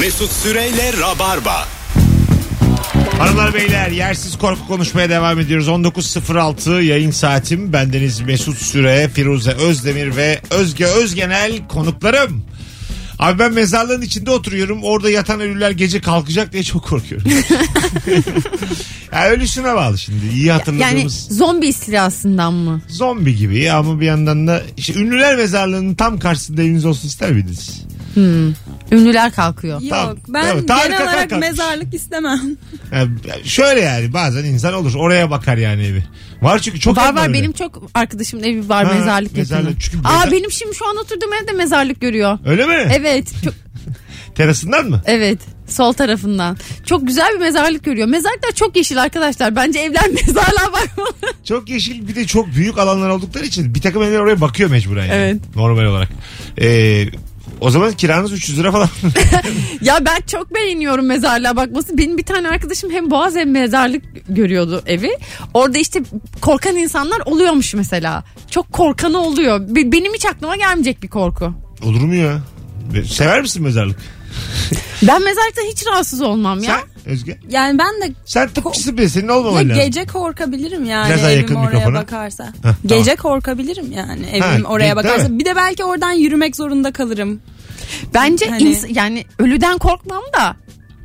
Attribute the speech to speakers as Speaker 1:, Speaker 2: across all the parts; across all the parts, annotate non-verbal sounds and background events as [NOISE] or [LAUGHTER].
Speaker 1: Mesut Süreyle Rabarba.
Speaker 2: Hanımlar beyler yersiz korku konuşmaya devam ediyoruz. 19.06 yayın saatim. Bendeniz Mesut Süre, Firuze Özdemir ve Özge Özgenel konuklarım. Abi ben mezarlığın içinde oturuyorum. Orada yatan ölüler gece kalkacak diye çok
Speaker 3: [LAUGHS]
Speaker 2: korkuyorum. yani ölüsüne bağlı şimdi. İyi
Speaker 4: Yani
Speaker 2: hatırladığımız
Speaker 4: zombi istilasından mı?
Speaker 2: zombi gibi ama bir yandan da işte ünlüler mezarlığının tam karşısında eviniz olsun ister miydiniz?
Speaker 4: Ünlüler kalkıyor.
Speaker 3: Yok
Speaker 2: Tamam.
Speaker 3: ben
Speaker 2: Tamam, Tarık
Speaker 3: genel
Speaker 2: Akan
Speaker 3: olarak
Speaker 2: kalkmış.
Speaker 3: mezarlık istemem.
Speaker 2: Yani şöyle yani bazen insan olur oraya bakar yani evi. Var çünkü çok
Speaker 4: var
Speaker 2: ev
Speaker 4: var
Speaker 2: öyle.
Speaker 4: benim çok arkadaşımın evi var
Speaker 2: Ha,
Speaker 4: mezarlık
Speaker 2: mezarlık.
Speaker 4: yakını.
Speaker 2: Çünkü
Speaker 4: Aa
Speaker 2: mezar-
Speaker 4: benim şimdi şu an oturduğum evde mezarlık görüyor.
Speaker 2: Öyle mi?
Speaker 4: Evet. Çok,
Speaker 2: Terasından mı?
Speaker 4: evet. Sol tarafından. Çok güzel bir mezarlık görüyor. Mezarlıklar çok yeşil arkadaşlar. Bence evler [LAUGHS] mezarlığa bakmalı.
Speaker 2: Çok yeşil bir de çok büyük alanlar oldukları için bir takım evler oraya bakıyor mecburen yani.
Speaker 4: Evet.
Speaker 2: Normal olarak. Ee, o zaman kiranız 300 lira falan. [LAUGHS]
Speaker 4: Ya ben çok beğeniyorum mezarlığa bakması. Benim bir tane arkadaşım hem boğaz hem mezarlık görüyordu evi. Orada işte korkan insanlar oluyormuş mesela. Çok korkanı oluyor. Be- Benim hiç aklıma gelmeyecek bir korku.
Speaker 2: Olur mu ya? Sever misin mezarlık?
Speaker 4: Ben mezarlıkta hiç rahatsız olmam ya.
Speaker 2: Sen Özge.
Speaker 3: Yani ben de
Speaker 2: Sen tıpçısın be senin olmaman
Speaker 3: ya
Speaker 2: lazım.
Speaker 3: gece korkabilirim yani
Speaker 2: Biraz daha
Speaker 3: evim
Speaker 2: yakın
Speaker 3: oraya
Speaker 2: mikrofona.
Speaker 3: bakarsa.
Speaker 2: tamam.
Speaker 3: Gece korkabilirim yani evim
Speaker 2: Ha,
Speaker 3: oraya
Speaker 2: değil- değil mi?
Speaker 3: bakarsa. Bir de belki oradan yürümek zorunda kalırım.
Speaker 4: Bence
Speaker 3: Hani-
Speaker 4: ins- yani ölüden korkmam da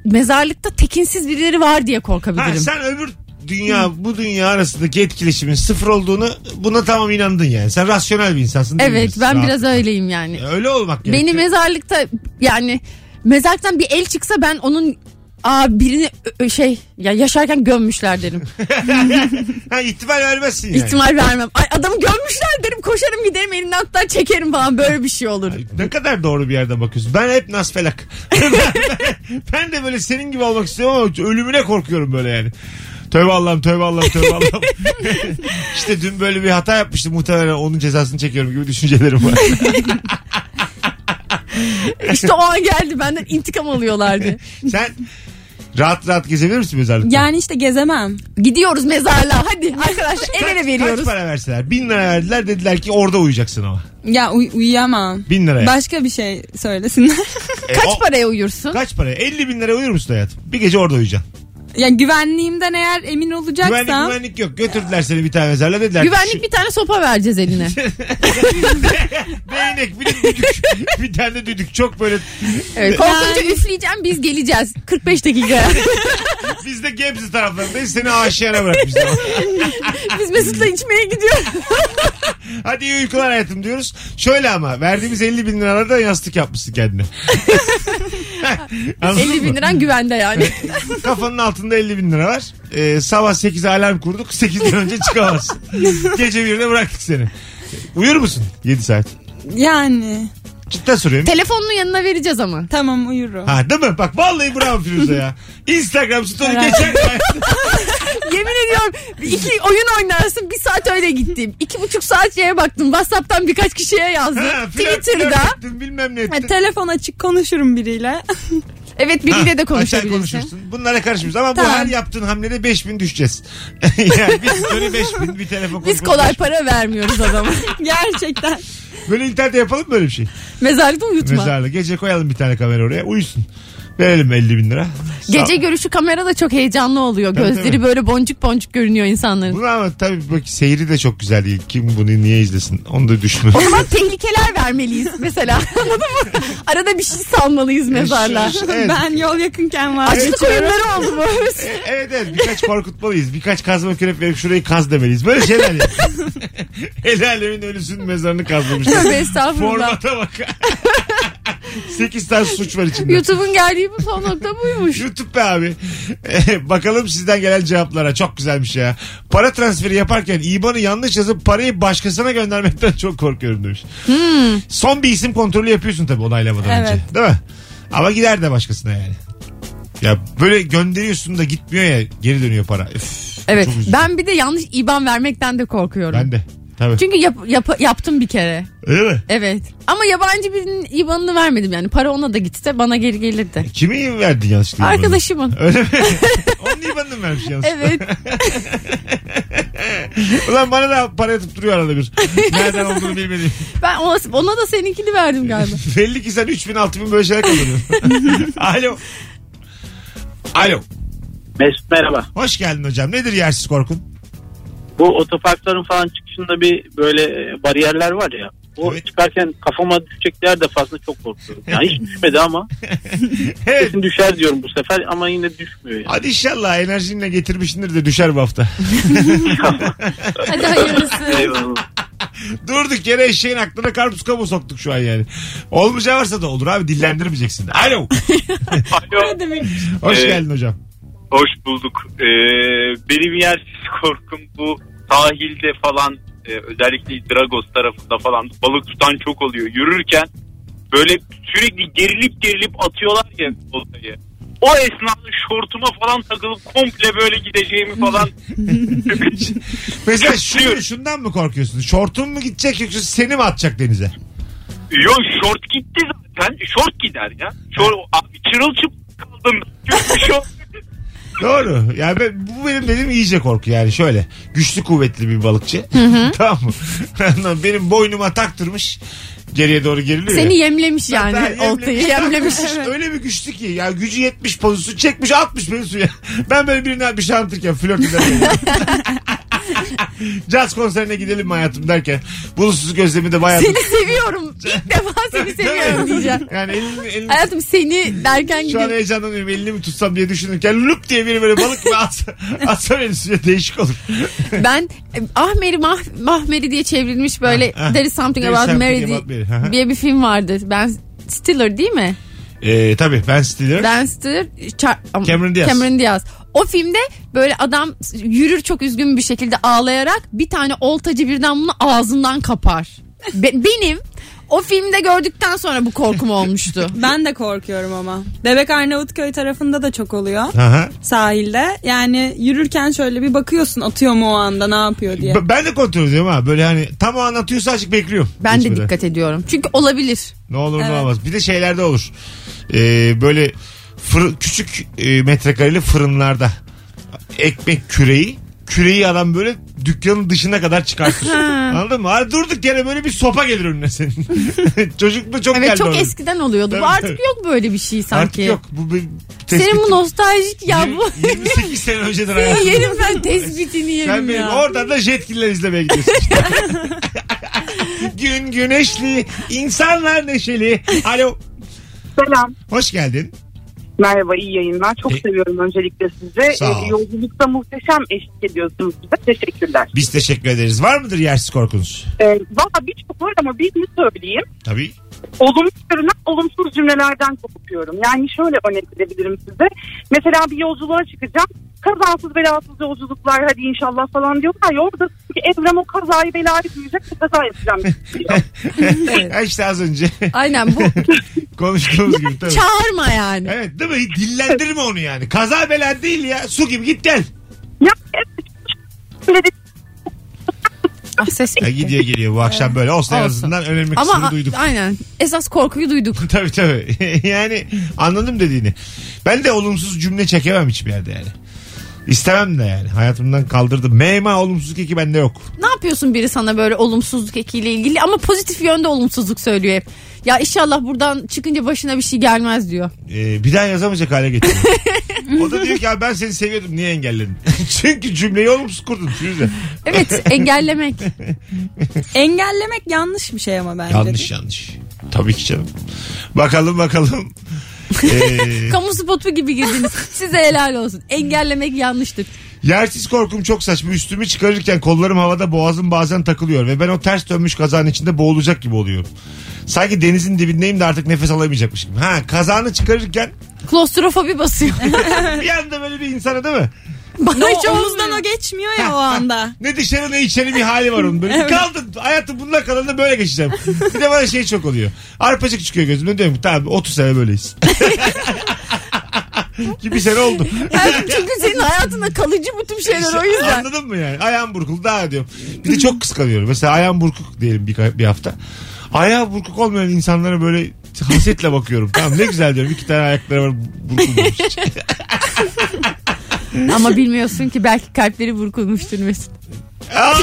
Speaker 4: mezarlıkta tekinsiz birileri var diye
Speaker 2: Ha,
Speaker 4: korkabilirim.
Speaker 2: sen öbür dünya bu dünya arasındaki etkileşimin sıfır olduğunu buna tamam inandın yani. Sen rasyonel bir insansın. değil
Speaker 4: evet
Speaker 2: misin?
Speaker 4: ben
Speaker 2: Rahat.
Speaker 4: biraz öyleyim yani.
Speaker 2: Öyle olmak gerekiyor.
Speaker 4: Beni mezarlıkta yani mezarlıktan bir el çıksa ben onun aa birini ö- ö- şey ya yaşarken gömmüşler derim.
Speaker 2: Ha, ihtimal vermezsin [LAUGHS] yani.
Speaker 4: İhtimal vermem. Ay adamı gömmüşler derim. Koşarım giderim elinden hatta çekerim falan böyle bir şey olur.
Speaker 2: Ay, Ne kadar doğru bir yerden bakıyorsun. Ben hep nasfelak. [LAUGHS] ben, ben de böyle senin gibi olmak istiyorum ama ölümüne korkuyorum böyle yani. Tövbe Allah'ım tövbe Allah'ım tövbe
Speaker 4: [LAUGHS]
Speaker 2: Allah'ım. işte dün böyle bir hata yapmıştım muhtemelen onun cezasını çekiyorum gibi düşüncelerim var.
Speaker 4: İşte o an geldi benden
Speaker 2: [LAUGHS]
Speaker 4: intikam alıyorlardı.
Speaker 2: Sen rahat rahat gezebilir misin mezarlıkta?
Speaker 3: Yani işte gezemem.
Speaker 4: Gidiyoruz mezarlığa hadi arkadaşlar el ele
Speaker 2: Kaç
Speaker 4: veriyoruz.
Speaker 2: para verseler? Bin lira verdiler dediler ki orada uyuyacaksın ama.
Speaker 3: Ya uy- uyuyamam.
Speaker 2: Bin liraya.
Speaker 3: Başka bir şey söylesinler. [LAUGHS]
Speaker 2: E,
Speaker 4: Kaç
Speaker 2: o-
Speaker 4: paraya uyursun?
Speaker 2: Kaç para? 50 bin liraya uyur musun hayatım? Bir gece orada uyuyacaksın.
Speaker 3: yani güvenliğimden eğer emin olacaksam.
Speaker 2: Güvenlik güvenlik yok. Götürdüler seni bir tane mezarla dediler. ki şu-
Speaker 4: Güvenlik bir tane sopa vereceğiz eline.
Speaker 2: [LAUGHS] Değnek bir de düdük. bir tane düdük. Çok böyle
Speaker 4: Evet, korkunca üfleyeceğim biz geleceğiz. 45 dakika.
Speaker 2: [LAUGHS] biz de Gebze taraflarındayız. Seni aşiyana bırakmışlar.
Speaker 4: biz Mesut'la
Speaker 2: [LAUGHS]
Speaker 4: içmeye gidiyoruz.
Speaker 2: Hadi iyi uykular hayatım diyoruz. Şöyle ama verdiğimiz 50 bin liralarda yastık yapmışsın kendine. [LAUGHS] Anladın
Speaker 4: 50 bin
Speaker 2: mı?
Speaker 4: liran güvende yani.
Speaker 2: Kafanın altında 50 bin lira var. Ee, sabah 8'e alarm kurduk. 8'den önce çıkamazsın. Gece 1'de bıraktık seni. Uyur musun 7 saat?
Speaker 3: Yani
Speaker 2: Cidden soruyorum.
Speaker 4: Telefonunu yanına vereceğiz ama.
Speaker 3: tamam uyurum.
Speaker 2: Ha değil mi? Bak vallahi bravo Firuze ya. Instagram story [LAUGHS]
Speaker 3: Herhalde.
Speaker 2: geçer.
Speaker 4: Yemin ediyorum iki oyun oynarsın bir saat öyle gittim. İki buçuk saat şeye baktım. Whatsapp'tan birkaç kişiye yazdım.
Speaker 2: Ha, flört, flört
Speaker 4: Twitter'da.
Speaker 2: ettin, bilmem ne
Speaker 3: Ha,
Speaker 2: ettin.
Speaker 3: telefon açık konuşurum biriyle. [LAUGHS]
Speaker 4: Evet biriyle de
Speaker 2: Ha, aşağı
Speaker 4: konuşabilirsin.
Speaker 2: konuşursun. Bunlara karışmıyoruz ama bu
Speaker 3: Tamam.
Speaker 2: her yaptığın hamlede 5000 düşeceğiz. [LAUGHS] yani biz böyle 5000 bir telefon
Speaker 4: Biz
Speaker 2: konuşması-
Speaker 4: kolay para
Speaker 2: [LAUGHS]
Speaker 4: vermiyoruz adama.
Speaker 3: Gerçekten.
Speaker 2: Böyle internette yapalım böyle bir şey.
Speaker 4: Mezarlıkta uyutma.
Speaker 2: Mezarlı. Gece koyalım bir tane kamera oraya. Uyusun. Verelim 50 bin lira. Sağ-
Speaker 4: Gece görüşü kamera da çok heyecanlı oluyor.
Speaker 2: Tabii,
Speaker 4: Gözleri
Speaker 2: tabii.
Speaker 4: böyle boncuk boncuk görünüyor insanların.
Speaker 2: Bunu ama tabii bak seyri de çok güzel değil. Kim bunu niye izlesin? Onu da düşünün. [LAUGHS]
Speaker 4: O zaman tehlikeler vermeliyiz mesela. [LAUGHS] Anladın mı? Arada bir şey salmalıyız mezarlığa.
Speaker 2: Evet.
Speaker 3: Ben yol yakınken var.
Speaker 4: Açlık oyunları oldu mu?
Speaker 2: E, Evet evet birkaç korkutmalıyız. Birkaç kazma kürek verip şurayı kaz demeliyiz. Böyle şeyler yani.
Speaker 4: [LAUGHS]
Speaker 2: El alemin ölüsünün mezarını kazmamışlar.
Speaker 4: [LAUGHS] Tövbe estağfurullah.
Speaker 2: Formata bak. [LAUGHS] 8 tane suç var içinde.
Speaker 4: YouTube'un geldiği bu son nokta buymuş.
Speaker 2: YouTube be abi. [LAUGHS] bakalım sizden gelen cevaplara. Çok güzelmiş ya. Para transferi yaparken IBAN'ı yanlış yazıp parayı başkasına göndermekten çok korkuyorum demiş.
Speaker 4: Hmm.
Speaker 2: Son bir isim kontrolü yapıyorsun tabii onaylamadan
Speaker 3: Evet.
Speaker 2: önce. Değil mi? Ama gider de başkasına yani. Ya böyle gönderiyorsun da gitmiyor ya geri dönüyor para. Üf,
Speaker 4: Evet.
Speaker 2: çok üzücü.
Speaker 4: Ben bir de yanlış IBAN vermekten de korkuyorum.
Speaker 2: Ben de. Tabii.
Speaker 4: Çünkü yap- yap- yaptım bir kere.
Speaker 2: Öyle mi?
Speaker 4: Evet. Ama yabancı birinin IBAN'ını vermedim yani. Para ona da gitse bana geri gelirdi.
Speaker 2: Kimi verdin yanlışlıkla? IBAN'ı?
Speaker 4: Arkadaşımın. [LAUGHS]
Speaker 2: Öyle mi? Onun IBAN'ını vermiş yanlışlıkla.
Speaker 4: Evet.
Speaker 2: Ulan bana da para yatıp duruyor arada
Speaker 4: [LAUGHS]
Speaker 2: bir. Nereden olduğunu bilmediğim.
Speaker 4: Ben ona, ona da seninkini
Speaker 2: [LAUGHS]
Speaker 4: verdim galiba.
Speaker 2: Belli ki sen 3000 6000 böyle şeyler kazanıyorsun. Alo. Alo.
Speaker 5: Mesut merhaba.
Speaker 2: Hoş geldin hocam. Nedir yersiz korkun?
Speaker 5: Bu otoparkların falan çıkışında bir böyle e, bariyerler var ya. O
Speaker 2: Evet.
Speaker 5: çıkarken kafama düşecek der defasında çok korkuyorum. Yani hiç düşmedi ama
Speaker 2: Evet.
Speaker 5: kesin düşer diyorum bu sefer ama yine düşmüyor. Yani.
Speaker 2: Hadi inşallah enerjinle getirmişsindir de düşer bu hafta.
Speaker 4: Hadi hayırlısı.
Speaker 5: Eyvallah.
Speaker 2: Durduk yere eşeğin aklına karpuz kabuğu soktuk şu an yani. Olmayacağı varsa da olur abi dillendirmeyeceksin. Alo.
Speaker 6: Alo,
Speaker 3: Ne demek?
Speaker 2: Hoş
Speaker 6: Ee,
Speaker 2: geldin hocam.
Speaker 6: hoş bulduk. Ee, benim yersiz korkum bu sahilde falan e, özellikle Dragos tarafında falan balık tutan çok oluyor. Yürürken böyle sürekli gerilip gerilip atıyorlar ya oltayı. O esnada şortuma falan takılıp komple böyle gideceğimi falan
Speaker 2: Mesela şu, şundan mı korkuyorsun? Şortun mu gidecek yoksa seni mi atacak denize?
Speaker 6: Yo şort gitti zaten. Şort gider ya. Şort, abi çırılçıplak kaldım. şey Çünkü şort.
Speaker 2: [LAUGHS] Doğru. Yani ben, bu benim dedim iyice korku yani şöyle. Güçlü kuvvetli bir balıkçı. [LAUGHS] tamam mı? Anladın mı? benim boynuma taktırmış. Geriye doğru geriliyor ya.
Speaker 4: Seni yemlemiş yani [LAUGHS]
Speaker 2: Ben yemlemiş,
Speaker 4: oltayı
Speaker 2: [LAUGHS]
Speaker 4: yemlemiş.
Speaker 2: takmış. Öyle bir güçlü ki ya gücü yetmiş pozusu çekmiş atmış beni suya. [LAUGHS] Ben böyle birine bir şey anlatırken flört ederim. [LAUGHS] Caz konserine gidelim mi hayatım derken bulutsuz gözlemi de bayağı...
Speaker 4: Seni seviyorum.
Speaker 2: [LAUGHS]
Speaker 4: İlk defa seni seviyorum diyeceğim.
Speaker 2: Yani elini, elini
Speaker 4: Hayatım seni derken
Speaker 2: şu an
Speaker 4: gibi.
Speaker 2: heyecanlanıyorum elini mi tutsam diye düşünürken lüp diye biri böyle balık mı
Speaker 4: [LAUGHS]
Speaker 2: atsa, atsa beni suya değişik olur.
Speaker 4: Ben e, Ahmeri Mah- Mahmeri diye çevrilmiş böyle
Speaker 2: Ah, ah.
Speaker 4: There is something
Speaker 2: There is
Speaker 4: about
Speaker 2: something
Speaker 4: Mary
Speaker 2: about
Speaker 4: di-
Speaker 2: Mary. Hı hı.
Speaker 4: diye bir film vardı. Ben Stiller değil mi?
Speaker 2: Ee, tabii ben Stiller.
Speaker 4: Ben Stiller, Char-
Speaker 2: Cameron Diaz.
Speaker 4: Cameron Diaz. O filmde böyle adam yürür çok üzgün bir şekilde ağlayarak bir tane oltacı birden bunu ağzından kapar. Be- benim o filmde gördükten sonra bu
Speaker 2: [LAUGHS]
Speaker 4: korkum olmuştu.
Speaker 3: Ben de korkuyorum ama. Bebek Arnavutköy tarafında da çok oluyor.
Speaker 2: Aha.
Speaker 3: Sahilde. Yani yürürken şöyle bir bakıyorsun atıyor mu o anda ne yapıyor diye.
Speaker 2: B- Ben de kontrol ediyorum ha. Böyle hani tam o an atıyorsa açık bekliyorum.
Speaker 4: Ben de
Speaker 2: Hiç böyle.
Speaker 4: dikkat ediyorum. Çünkü olabilir.
Speaker 2: Ne olur ne
Speaker 3: Evet.
Speaker 2: olmaz. Bir de şeylerde olur. Ee, böyle fır- küçük e, metrekareli fırınlarda ekmek küreği küreği adam böyle dükkanın dışına kadar çıkartır. Anladın mı? Ha, durduk yere böyle bir sopa gelir önüne senin. [LAUGHS] Çocukluğu çok
Speaker 4: Evet
Speaker 2: geldi
Speaker 4: çok
Speaker 2: onun.
Speaker 4: eskiden oluyordu.
Speaker 2: Tabii,
Speaker 4: Bu artık
Speaker 2: tabii.
Speaker 4: yok böyle bir şey sanki.
Speaker 2: Artık yok. Bu bir tespitim.
Speaker 4: Senin bu nostaljik ya
Speaker 2: [LAUGHS]
Speaker 4: bu.
Speaker 2: 28 sene önceden
Speaker 4: Seni
Speaker 2: hayatım.
Speaker 4: [LAUGHS] yerim ben tespitini yerim
Speaker 2: Sen benim
Speaker 4: ya.
Speaker 2: oradan da jetgiller izlemeye gidiyorsun. işte. [LAUGHS] Gün güneşli, insanlar neşeli. Alo,
Speaker 7: Selam.
Speaker 2: hoş geldin.
Speaker 7: Merhaba iyi yayınlar. Çok
Speaker 2: E-
Speaker 7: seviyorum öncelikle sizi.
Speaker 2: Sağ ol.
Speaker 7: Ee, yolculukta muhteşem eşlik ediyorsunuz bize. Teşekkürler.
Speaker 2: Biz teşekkür ederiz. Var mıdır yersiz korkunuz?
Speaker 7: Ee, Valla birçok var ama birini söyleyeyim.
Speaker 2: Tabii.
Speaker 7: Olumsuzlarına olumsuz cümlelerden korkuyorum. Yani şöyle örnek verebilirim size. Mesela bir yolculuğa çıkacağım. Kazasız belasız yolculuklar hadi inşallah falan diyorlar ya orada çünkü Evrem o kazayı belayı büyüyecek ve kaza
Speaker 2: [LAUGHS]
Speaker 7: yapacağım diyor.
Speaker 2: Ha işte az önce [LAUGHS]
Speaker 4: Aynen bu
Speaker 2: konuştuğumuz gibi tabii.
Speaker 4: çağırma yani.
Speaker 2: Evet değil mi? Dillendirme onu yani. Kaza bela değil ya. Su gibi git gel.
Speaker 7: ya evet. Böyle de-
Speaker 4: Ah ses
Speaker 2: Ya gidiyor geliyor bu akşam böyle. Olsun en
Speaker 4: Olsun.
Speaker 2: azından önemli kısmını
Speaker 4: Ama
Speaker 2: duyduk.
Speaker 4: aynen esas korkuyu
Speaker 2: [LAUGHS]
Speaker 4: duyduk.
Speaker 2: tabii tabii. yani anladım dediğini. Ben de olumsuz cümle çekemem hiçbir yerde yani. İstemem de yani. Hayatımdan kaldırdım. Meyma olumsuzluk eki bende yok.
Speaker 4: Ne yapıyorsun biri sana böyle olumsuzluk ekiyle ilgili ama pozitif yönde olumsuzluk söylüyor hep. Ya inşallah buradan çıkınca başına bir şey gelmez diyor.
Speaker 2: Ee, bir daha yazamayacak hale getiriyor. o da diyor ki abi ben seni seviyordum niye engelledin? [LAUGHS] Çünkü cümleyi olumsuz kurdun. Firuze.
Speaker 4: Evet
Speaker 2: [LAUGHS]
Speaker 4: engellemek.
Speaker 3: Engellemek yanlış bir şey ama bence.
Speaker 2: Yanlış yanlış. Tabii ki canım. Bakalım bakalım. Ee,
Speaker 4: Kamu spotu gibi girdiniz. Size helal olsun. Engellemek yanlıştır.
Speaker 2: yersiz korkum çok saçma. Üstümü çıkarırken kollarım havada boğazım bazen takılıyor ve ben o ters dönmüş kazanın içinde boğulacak gibi oluyorum. Sanki denizin dibindeyim de artık nefes alamayacakmış gibi. Ha kazanı çıkarırken
Speaker 4: Klostrofobi basıyor.
Speaker 2: bir anda böyle bir insana değil mi?
Speaker 4: Bana
Speaker 3: No,
Speaker 4: hiç
Speaker 3: omuzdan
Speaker 4: olmuyor.
Speaker 3: o geçmiyor ya o anda.
Speaker 2: Ne dışarı ne içeri bir hali var onun. Böyle bir
Speaker 3: Evet.
Speaker 2: kaldım. Hayatım bununla kalanı böyle geçeceğim. Bir de bana şey çok oluyor. Arpacık çıkıyor gözümden. Diyorum ki tamam 30 sene böyleyiz. [LAUGHS] Gibi sene oldu.
Speaker 4: Yani çünkü senin hayatında kalıcı bu tür şeyler o yüzden.
Speaker 2: Anladın mı yani? Ayağım burkuldu daha diyorum. Bir de çok kıskanıyorum. Mesela ayağım burkuk diyelim bir, bir hafta. Ayağı burkuk olmayan insanlara böyle hasetle bakıyorum. Tamam ne güzel diyorum. İki tane ayakları var burkulmuş.
Speaker 4: [LAUGHS] Ama bilmiyorsun ki belki kalpleri burkulmuştur Mesut.
Speaker 2: Allah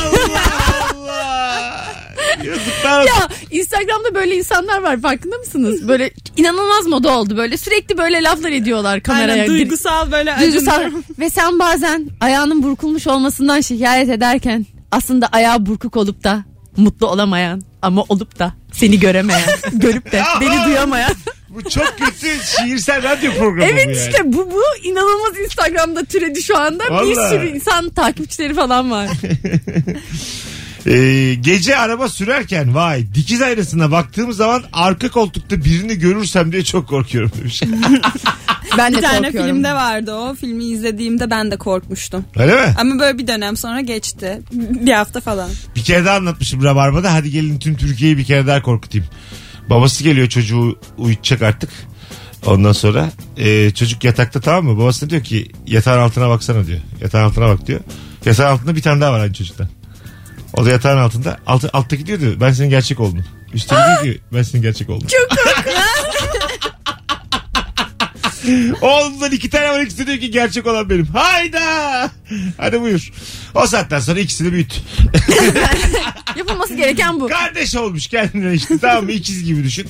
Speaker 2: Allah. Yazıklar olsun.
Speaker 4: Ya Instagram'da böyle insanlar var farkında mısınız? Böyle inanılmaz moda oldu böyle. Sürekli böyle laflar ediyorlar kameraya.
Speaker 3: Aynen,
Speaker 4: Gir-
Speaker 3: duygusal böyle acındı.
Speaker 4: duygusal. Ve sen bazen ayağının burkulmuş olmasından şikayet ederken aslında ayağı burkuk olup da mutlu olamayan ama olup da
Speaker 2: [LAUGHS]
Speaker 4: seni göremeyen, görüp de beni duyamayan.
Speaker 2: Bu çok kötü şiirsel radyo programı bu
Speaker 4: evet
Speaker 2: yani.
Speaker 4: işte bu bu inanılmaz Instagram'da türedi şu anda.
Speaker 2: Vallahi.
Speaker 4: Bir sürü insan takipçileri falan var.
Speaker 2: Ee, gece araba sürerken vay dikiz aynasına baktığım zaman arka koltukta birini görürsem diye çok korkuyorum demiş.
Speaker 4: [LAUGHS] Ben de
Speaker 3: Bir tane
Speaker 4: korkuyorum.
Speaker 3: filmde vardı o. Filmi izlediğimde ben de korkmuştum.
Speaker 2: Öyle mi?
Speaker 3: Ama böyle bir dönem sonra geçti. Bir hafta falan.
Speaker 2: Bir kere daha anlatmışım Rabarba'da. Hadi gelin tüm Türkiye'yi bir kere daha korkutayım. Babası geliyor çocuğu uyutacak artık. Ondan sonra e, çocuk yatakta tamam mı? Babası diyor ki yatağın altına baksana diyor. Yatağın altına bak diyor. Yatağın altında bir tane daha var aynı çocuktan. O da yatağın altında. Altı, alttaki diyor diyor ben senin gerçek oldun. Üstteki diyor ki ben senin gerçek oldum. Çok [LAUGHS] Oğlumdan iki tane var ikisi diyor ki gerçek olan benim. Hayda. Hadi buyur. O saatten sonra ikisini büyüt.
Speaker 4: Yapılması gereken bu.
Speaker 2: Kardeş olmuş kendine işte tamam mı ikiz gibi düşün.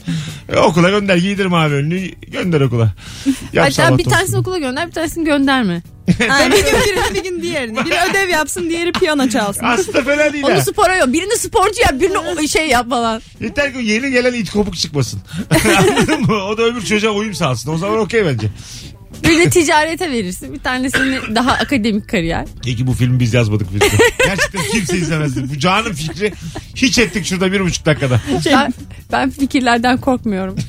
Speaker 2: E, okula gönder giydir mavi önlüğü gönder okula. Yap sabah
Speaker 4: Hatta bir
Speaker 2: tost.
Speaker 4: tanesini okula gönder bir tanesini gönderme.
Speaker 3: Aynen. bir gün birini bir gün diğerini. Biri ödev yapsın diğeri piyano
Speaker 2: [LAUGHS]
Speaker 3: çalsın.
Speaker 2: Aslında fena değil ha.
Speaker 4: Onu spora yok. Birini sporcu yap birini o- şey yap falan.
Speaker 2: Yeter ki yeni gelen it kopuk çıkmasın. [LAUGHS] Anladın mı? O da öbür çocuğa uyum sağlasın. O zaman okey bence. [LAUGHS]
Speaker 4: Birini ticarete verirsin. Bir tanesini daha akademik kariyer.
Speaker 2: İyi ki bu filmi biz yazmadık. Filmi. Gerçekten kimse izlemezdi. Bu Can'ın fikri hiç ettik şurada bir şey. buçuk dakikada.
Speaker 4: Ben, ben fikirlerden korkmuyorum.
Speaker 2: [LAUGHS]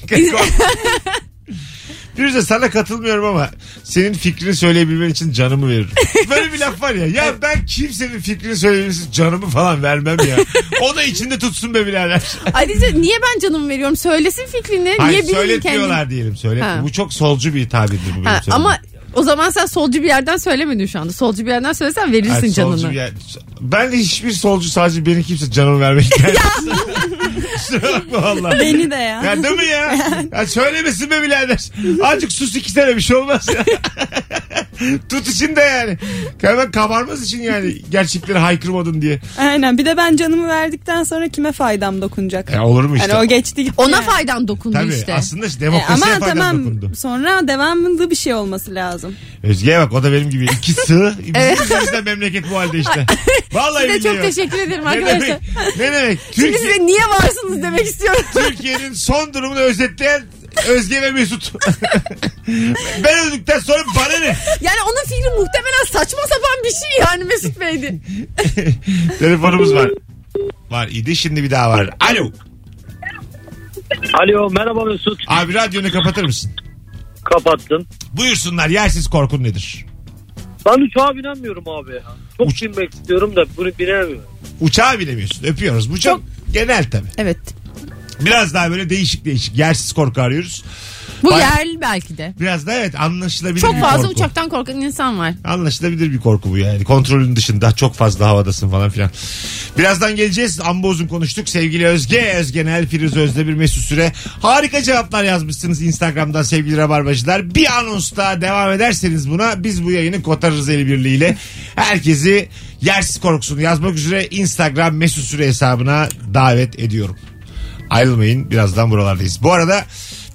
Speaker 2: Firuze sana katılmıyorum ama senin fikrini söyleyebilmen için canımı veririm. Böyle bir laf var ya. Ya ben kimsenin fikrini söyleyebilmesi için canımı falan vermem ya. O da içinde tutsun be birader.
Speaker 4: Ayrıca niye ben canımı veriyorum? Söylesin fikrini.
Speaker 2: Hayır
Speaker 4: [LAUGHS] niye bilmiyor kendini?
Speaker 2: söyletmiyorlar diyelim. Söylet.
Speaker 4: Ha.
Speaker 2: Bu çok solcu bir tabirdir bu benim
Speaker 4: Ha,
Speaker 2: söylediğim.
Speaker 4: ama o zaman sen solcu bir yerden söylemedin şu anda. Solcu bir yerden söylesen verirsin
Speaker 2: Hayır, solcu
Speaker 4: canını.
Speaker 2: bir yer- Ben hiçbir solcu sadece beni kimse canımı
Speaker 4: [LAUGHS]
Speaker 2: vermek gelmez. [LAUGHS] Kusura bakma valla.
Speaker 3: Beni de ya.
Speaker 2: Ya değil mi ya?
Speaker 4: [LAUGHS]
Speaker 2: ya söylemesin be birader. Azıcık sus iki sene bir şey olmaz ya. [LAUGHS] Tut için de yani. Hemen kabarmaz için yani gerçekleri haykırmadın diye.
Speaker 3: Aynen. Bir de ben canımı verdikten sonra kime faydam dokunacak?
Speaker 2: Ya E, olur mu işte?
Speaker 3: Yani Hani o geçti gitti.
Speaker 4: Ona
Speaker 3: yani.
Speaker 4: faydan dokundu
Speaker 2: Tabii
Speaker 4: işte.
Speaker 2: aslında işte
Speaker 3: E,
Speaker 2: demokrasiye
Speaker 3: ama
Speaker 2: faydan
Speaker 3: tamam
Speaker 2: dokundu.
Speaker 3: sonra devamlı bir şey olması lazım.
Speaker 2: Özge'ye bak o da benim gibi iki
Speaker 4: [LAUGHS]
Speaker 2: sığ. Bizim yüzümüzden memleket bu halde işte. Vallahi
Speaker 4: Size
Speaker 2: billahi
Speaker 4: çok
Speaker 2: bak.
Speaker 4: teşekkür ederim
Speaker 2: Ne
Speaker 4: arkadaşlar.
Speaker 2: demek? Ne demek?
Speaker 4: Şimdi
Speaker 2: Türkiye,
Speaker 4: size niye varsınız demek istiyorum.
Speaker 2: Türkiye'nin son durumunu özetleyen Özge ve Mesut. [LAUGHS] ben öldükten sonra bana ne?
Speaker 4: Yani onun fikri muhtemelen saçma sapan bir şey yani Mesut Bey'di.
Speaker 2: Telefonumuz var. Var idi şimdi bir daha var. Alo.
Speaker 5: Alo merhaba Mesut.
Speaker 2: Abi radyonu kapatır mısın?
Speaker 5: Kapattın.
Speaker 2: Buyursunlar yersiz korkun nedir?
Speaker 5: Ben uçağa binemiyorum abi ya. Çok
Speaker 2: Uç-
Speaker 5: binmek istiyorum da bunu binemiyorum.
Speaker 2: Uçağa binemiyorsun öpüyoruz. Bu çok genel tabii.
Speaker 4: [LAUGHS] Evet.
Speaker 2: Biraz daha böyle değişik değişik yersiz korku arıyoruz.
Speaker 4: Bu
Speaker 2: Bay-
Speaker 4: yerli belki de.
Speaker 2: Biraz da evet anlaşılabilir
Speaker 4: Çok
Speaker 2: bir
Speaker 4: fazla
Speaker 2: korku.
Speaker 4: uçaktan korkan insan var.
Speaker 2: Anlaşılabilir bir korku bu yani. Kontrolün dışında çok fazla havadasın falan filan. Birazdan geleceğiz. Amba uzun konuştuk. Sevgili Özge, Özgenel, Firuze Özde bir mesut süre. Harika cevaplar yazmışsınız Instagram'dan sevgili Rabarbacılar. Bir anonsta devam ederseniz buna biz bu yayını kotarırız el birliğiyle. Herkesi yersiz korkusunu yazmak üzere Instagram mesut süre hesabına davet ediyorum. Ayrılmayın birazdan buralardayız. Bu arada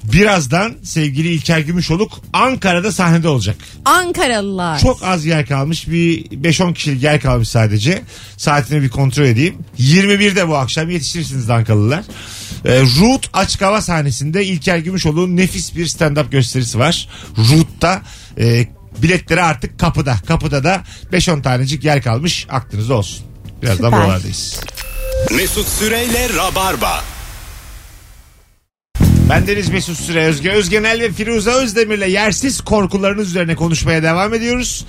Speaker 2: birazdan sevgili İlker Gümüşoluk Ankara'da sahnede olacak.
Speaker 4: Ankaralılar.
Speaker 2: Çok az yer kalmış. Bir 5-10 kişilik yer kalmış sadece. Saatini bir kontrol edeyim. 21'de bu akşam yetişirsiniz Dankalılar. Ee, Root açık hava sahnesinde İlker Gümüşoğlu'nun nefis bir stand-up gösterisi var. Root'ta e, biletleri artık kapıda. Kapıda da 5-10 tanecik yer kalmış. Aklınızda olsun. Birazdan
Speaker 3: Süper.
Speaker 2: buralardayız.
Speaker 1: Mesut Süreyle Rabarba.
Speaker 2: Bendeniz Mesut Süre Özge Özgenel ve Firuze Özdemir'le yersiz korkularınız üzerine konuşmaya devam ediyoruz.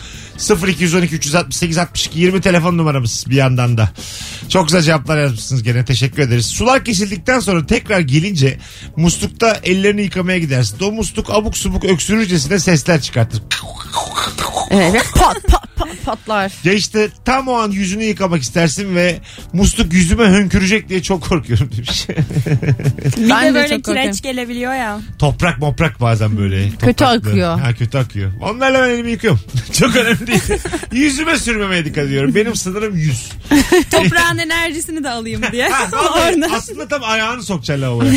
Speaker 2: 0212 368 62 20 telefon numaramız bir yandan da. Çok güzel cevaplar yazmışsınız gene teşekkür ederiz. Sular kesildikten sonra tekrar gelince muslukta ellerini yıkamaya gidersin. O musluk abuk subuk öksürürcesine sesler çıkartır.
Speaker 4: Evet. Pat pat pat patlar.
Speaker 2: Ya işte tam o an yüzünü yıkamak istersin ve musluk yüzüme hönkürecek diye çok korkuyorum demiş.
Speaker 4: [LAUGHS]
Speaker 3: Bir
Speaker 4: Ben de
Speaker 3: de böyle
Speaker 4: çok korkuyorum.
Speaker 3: kireç gelebiliyor ya.
Speaker 2: Toprak moprak bazen böyle. Topraklı.
Speaker 4: akıyor.
Speaker 2: Ha, kötü akıyor. Onlarla ben elimi yıkıyorum. [LAUGHS] çok önemli değil.
Speaker 3: [LAUGHS]
Speaker 2: Yüzüme sürmemeye dikkat ediyorum. Benim sınırım yüz. [LAUGHS]
Speaker 3: Toprağın enerjisini de alayım diye. [LAUGHS]
Speaker 2: Ha,
Speaker 3: Orada.
Speaker 2: aslında tam ayağını sokacaksın
Speaker 3: [LAUGHS]
Speaker 2: lavaboya.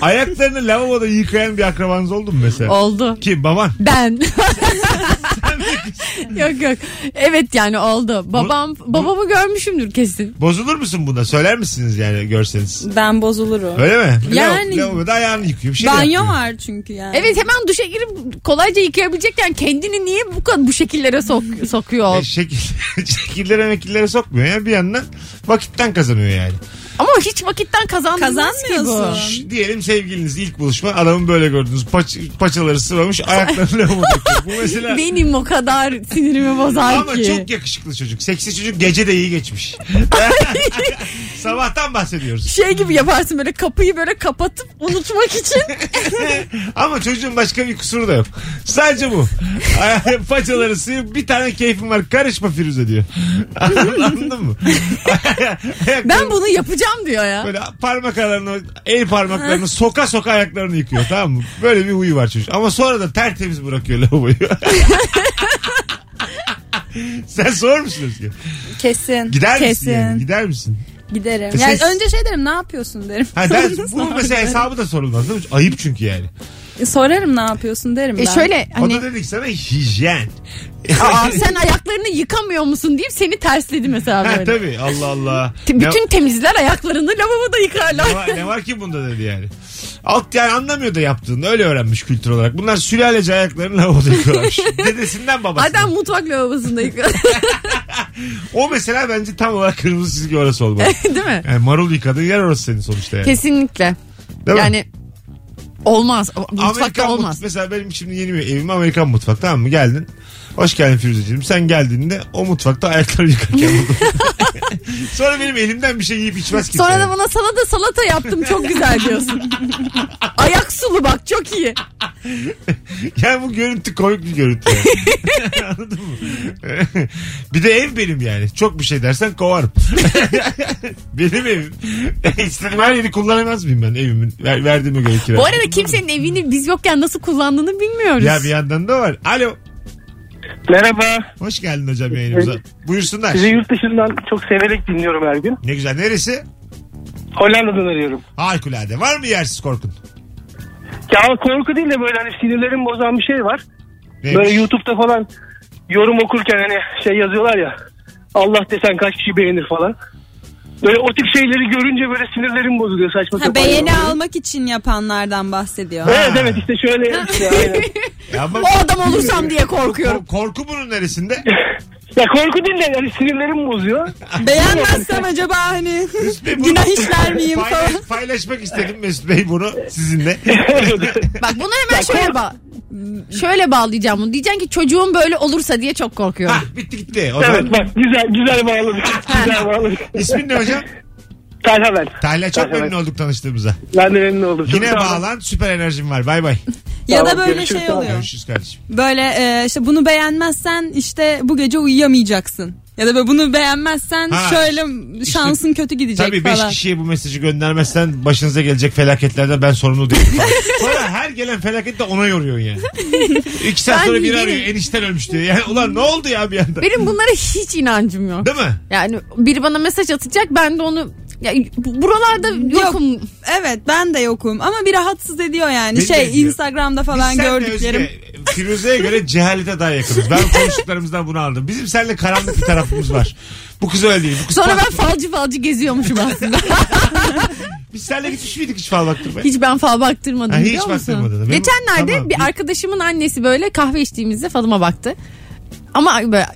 Speaker 2: Ayaklarını lavaboda yıkayan bir akrabanız oldu mu mesela?
Speaker 4: [LAUGHS] Oldu.
Speaker 2: Kim
Speaker 3: [LAUGHS]
Speaker 2: baban?
Speaker 4: Ben. [LAUGHS] yok yok. Evet yani oldu. Babam babamı görmüşümdür kesin.
Speaker 2: Bozulur musun bunda? Söyler misiniz yani görseniz?
Speaker 3: Ben bozulurum.
Speaker 2: Öyle mi?
Speaker 3: Yani-
Speaker 2: Lav- Lavaboda ayağını yıkıyor. Bir şey de
Speaker 3: Banyo
Speaker 2: yapmıyor.
Speaker 3: var çünkü yani.
Speaker 4: Evet hemen duşa girip kolayca yıkayabilecekken kendini niye bu kadar bu şekillere sok-
Speaker 2: E,
Speaker 4: sokuyor?
Speaker 2: şekil, [LAUGHS] şekillere mekillere sokmuyor ya bir yandan vakitten kazanıyor yani.
Speaker 4: Ama hiç vakitten kazandınız ki bu.
Speaker 3: Kazanmıyorsun.
Speaker 2: Şş, diyelim sevgiliniz ilk buluşma adamı böyle gördünüz paç, paçaları sıvamış ayaklarını [LAUGHS] lavaboda yıkıyor. Bu mesela
Speaker 4: Benim o kadar sinirimi bozar
Speaker 2: ama
Speaker 4: ki.
Speaker 2: çok yakışıklı çocuk. Seksi çocuk gece de iyi geçmiş. Sabahtan bahsediyoruz.
Speaker 4: Şey gibi yaparsın böyle kapıyı böyle kapatıp unutmak [LAUGHS] için.
Speaker 2: Ama çocuğun başka bir kusuru da yok. Sadece bu. Ay, Paçaları sıyıp bir tane keyfim var. Karışma Firuze diyor. [LAUGHS] Anladın mı?
Speaker 4: ben bunu yapacağım diyor ya.
Speaker 2: Böyle parmak aralarını, el parmaklarını soka soka ayaklarını yıkıyor tamam mı? Böyle bir huyu var çocuk. Ama sonra da tertemiz bırakıyor lavaboyu.
Speaker 4: [LAUGHS]
Speaker 2: Sen sor musun Özge?
Speaker 3: Kesin.
Speaker 2: Gider
Speaker 3: Kesin.
Speaker 2: misin yani? Gider misin?
Speaker 3: Giderim.
Speaker 2: Ses-
Speaker 3: Yani önce şey derim ne yapıyorsun derim.
Speaker 2: Ha,
Speaker 3: [LAUGHS]
Speaker 2: der, bu mesela hesabı da sorulmaz değil mi? Ayıp çünkü yani.
Speaker 3: Sorarım ne yapıyorsun derim ben.
Speaker 4: E
Speaker 2: [LAUGHS]
Speaker 4: şöyle
Speaker 2: O da
Speaker 4: hani
Speaker 2: dedi ki sana hijyen.
Speaker 4: aa, sen ayaklarını yıkamıyor musun deyip seni tersledi mesela
Speaker 2: [LAUGHS] Ha,
Speaker 4: böyle.
Speaker 2: tabii Allah Allah.
Speaker 4: Te- Bütün temizler ayaklarını lavaboda
Speaker 2: Ne
Speaker 4: yıkarlar.
Speaker 2: var, ne var ki bunda dedi yani. Alt yani anlamıyor da yaptığını öyle öğrenmiş kültür olarak. Bunlar sülalece ayaklarını lavaboda
Speaker 4: [LAUGHS]
Speaker 2: yıkıyorlar. Dedesinden babasından.
Speaker 4: Adam mutfak lavabosunda yıkıyor.
Speaker 2: O mesela bence tam olarak kırmızı çizgi orası
Speaker 4: [LAUGHS]
Speaker 2: olmalı.
Speaker 4: [LAUGHS] Değil mi?
Speaker 2: Yani marul yıkadığın yer orası senin sonuçta yani.
Speaker 4: Kesinlikle.
Speaker 2: Değil mi?
Speaker 4: yani olmaz.
Speaker 2: Amerikan
Speaker 4: Mutfakta
Speaker 2: mut-
Speaker 4: olmaz.
Speaker 2: mesela benim şimdi yeni bir evim Amerikan mutfak tamam mı geldin. Hoş geldin Firuzeciğim. Sen geldiğinde o mutfakta ayakları yıkarken
Speaker 4: [LAUGHS]
Speaker 2: buldum. [LAUGHS] Sonra benim elimden bir şey yiyip içmez kimse.
Speaker 4: Sonra da
Speaker 2: yani.
Speaker 4: bana salata salata yaptım çok güzel diyorsun. [LAUGHS] Ayak sulu bak çok iyi.
Speaker 2: Yani bu görüntü komik bir görüntü. yani.
Speaker 4: [LAUGHS]
Speaker 2: Anladın mı? [LAUGHS] bir de ev benim yani. Çok bir şey dersen
Speaker 4: [LAUGHS]
Speaker 2: kovarım. benim evim. [LAUGHS] İstediğim her yeri kullanamaz mıyım ben evimin? Ver, verdiğime göre kira.
Speaker 4: Bu arada kimsenin evini biz yokken nasıl kullandığını bilmiyoruz.
Speaker 2: Ya bir yandan da var. Alo.
Speaker 5: Merhaba.
Speaker 2: Hoş geldin hocam yayınımıza. Buyursunlar.
Speaker 5: Sizi yurt dışından çok severek dinliyorum her gün.
Speaker 2: Ne güzel. Neresi?
Speaker 5: Hollanda'dan arıyorum.
Speaker 2: Harikulade. Var mı yersiz korkun?
Speaker 5: Ya korku değil de böyle hani sinirlerim bozan bir şey var.
Speaker 2: Neymiş?
Speaker 5: Böyle YouTube'da falan yorum okurken hani şey yazıyorlar ya. Allah desen kaç kişi beğenir falan. Böyle o tip şeyleri görünce böyle sinirlerim bozuluyor saçma
Speaker 3: Ha,
Speaker 5: sapan.
Speaker 3: beğeni
Speaker 5: yorumları.
Speaker 3: almak için yapanlardan bahsediyor.
Speaker 5: Evet evet işte şöyle. işte, aynen.
Speaker 2: Ya ama-
Speaker 4: O adam olursam diye korkuyorum.
Speaker 2: Kor- korku bunun
Speaker 5: [LAUGHS]
Speaker 2: neresinde?
Speaker 5: ya korku değil de yani sinirlerim [LAUGHS] bozuyor.
Speaker 3: Beğenmezsem
Speaker 2: [LAUGHS]
Speaker 3: acaba hani
Speaker 2: Mesut Bey bunu-
Speaker 3: günah işler miyim
Speaker 2: Paylaş-
Speaker 3: falan.
Speaker 2: paylaşmak istedim Mesut Bey bunu sizinle.
Speaker 5: [LAUGHS]
Speaker 4: Bak bunu hemen şöyle ba şöyle bağlayacağım bunu. Diyeceksin ki çocuğum böyle olursa diye çok korkuyorum.
Speaker 2: ha bitti gitti. O
Speaker 5: evet
Speaker 2: zaman-
Speaker 5: bak güzel güzel bağladık. güzel bağladık.
Speaker 2: İsmin ne hocam?
Speaker 5: Talha ben.
Speaker 2: Tahla çok
Speaker 5: Tahla,
Speaker 2: memnun olduk tanıştığımıza.
Speaker 5: Ben de memnun oldum. Çok
Speaker 2: Yine
Speaker 5: sağ olun.
Speaker 2: bağlan süper enerjim var. Bay bay.
Speaker 3: ya da
Speaker 5: Tamam,
Speaker 3: böyle
Speaker 5: görüşürüz,
Speaker 3: şey
Speaker 5: tamam.
Speaker 3: oluyor.
Speaker 2: Görüşürüz kardeşim.
Speaker 3: Böyle e, işte bunu beğenmezsen işte bu gece uyuyamayacaksın. Ya da böyle bunu beğenmezsen
Speaker 2: Ha,
Speaker 3: şöyle
Speaker 2: işte-
Speaker 3: şansın kötü gidecek
Speaker 2: Tabii 5
Speaker 3: falan.
Speaker 2: kişiye bu mesajı göndermezsen başınıza gelecek felaketlerden ben sorumlu değilim. falan. sonra her gelen felaket de ona yoruyor yani. İki saat
Speaker 4: Ben
Speaker 2: sonra biri
Speaker 4: benim-
Speaker 2: arıyor enişten ölmüş diyor. Yani ulan ne oldu ya bir anda?
Speaker 4: Benim bunlara hiç inancım yok.
Speaker 2: Değil mi?
Speaker 4: Yani biri bana mesaj atacak ben de onu ya, bu- buralarda yokum.
Speaker 3: Evet ben de yokum ama bir rahatsız ediyor yani.
Speaker 2: Beni de
Speaker 3: şey
Speaker 2: ediyor.
Speaker 3: Instagram'da
Speaker 2: Biz
Speaker 3: falan
Speaker 2: senle
Speaker 3: gördüklerim.
Speaker 2: Özge, Firuze'ye göre cehalete daha yakınız. Ben konuştuklarımızdan bunu aldım. Bizim seninle karanlık bir tarafımız var. Bu kız öyle değil. Bu kız
Speaker 4: Sonra
Speaker 2: bak-
Speaker 4: ben falcı falcı geziyormuşum
Speaker 2: [LAUGHS]
Speaker 4: aslında.
Speaker 2: Biz seninle gitmiş miydik hiç fal baktırmaya?
Speaker 4: hiç ben fal baktırmadım
Speaker 2: Ha, hiç
Speaker 4: biliyor musun?
Speaker 2: baktırmadın. Benim-
Speaker 4: Geçenlerde
Speaker 2: Tamam.
Speaker 4: bir arkadaşımın annesi böyle kahve içtiğimizde falıma baktı. Ama böyle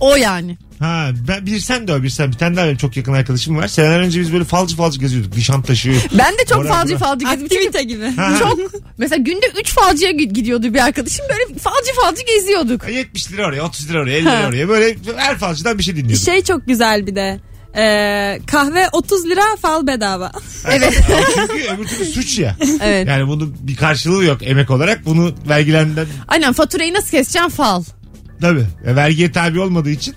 Speaker 4: o yani.
Speaker 2: Ha, ben, bir sen de o bir sen. Bir tane daha benim çok yakın arkadaşım var. Seneler önce biz böyle falcı falcı geziyorduk. Nişantaşı.
Speaker 4: Ben de çok
Speaker 2: Oraya
Speaker 4: falcı
Speaker 2: bura.
Speaker 4: falcı gezdim. Çünkü
Speaker 3: Aktivite gibi.
Speaker 4: çok mesela günde 3 falcıya gi- gidiyordu bir arkadaşım. Böyle falcı falcı geziyorduk.
Speaker 2: 70 lira oraya, 30 lira oraya, 50 lira
Speaker 4: Ha.
Speaker 2: oraya. Böyle her falcıdan bir şey dinliyorduk.
Speaker 3: Şey çok güzel bir de. Ee, kahve 30 lira fal bedava. [LAUGHS]
Speaker 4: Evet.
Speaker 2: Yani çünkü öbür türlü suç ya.
Speaker 4: evet.
Speaker 2: Yani bunun bir karşılığı yok emek olarak. Bunu vergilenden
Speaker 4: Aynen faturayı nasıl keseceksin fal.
Speaker 2: Tabii. E, vergiye tabi olmadığı için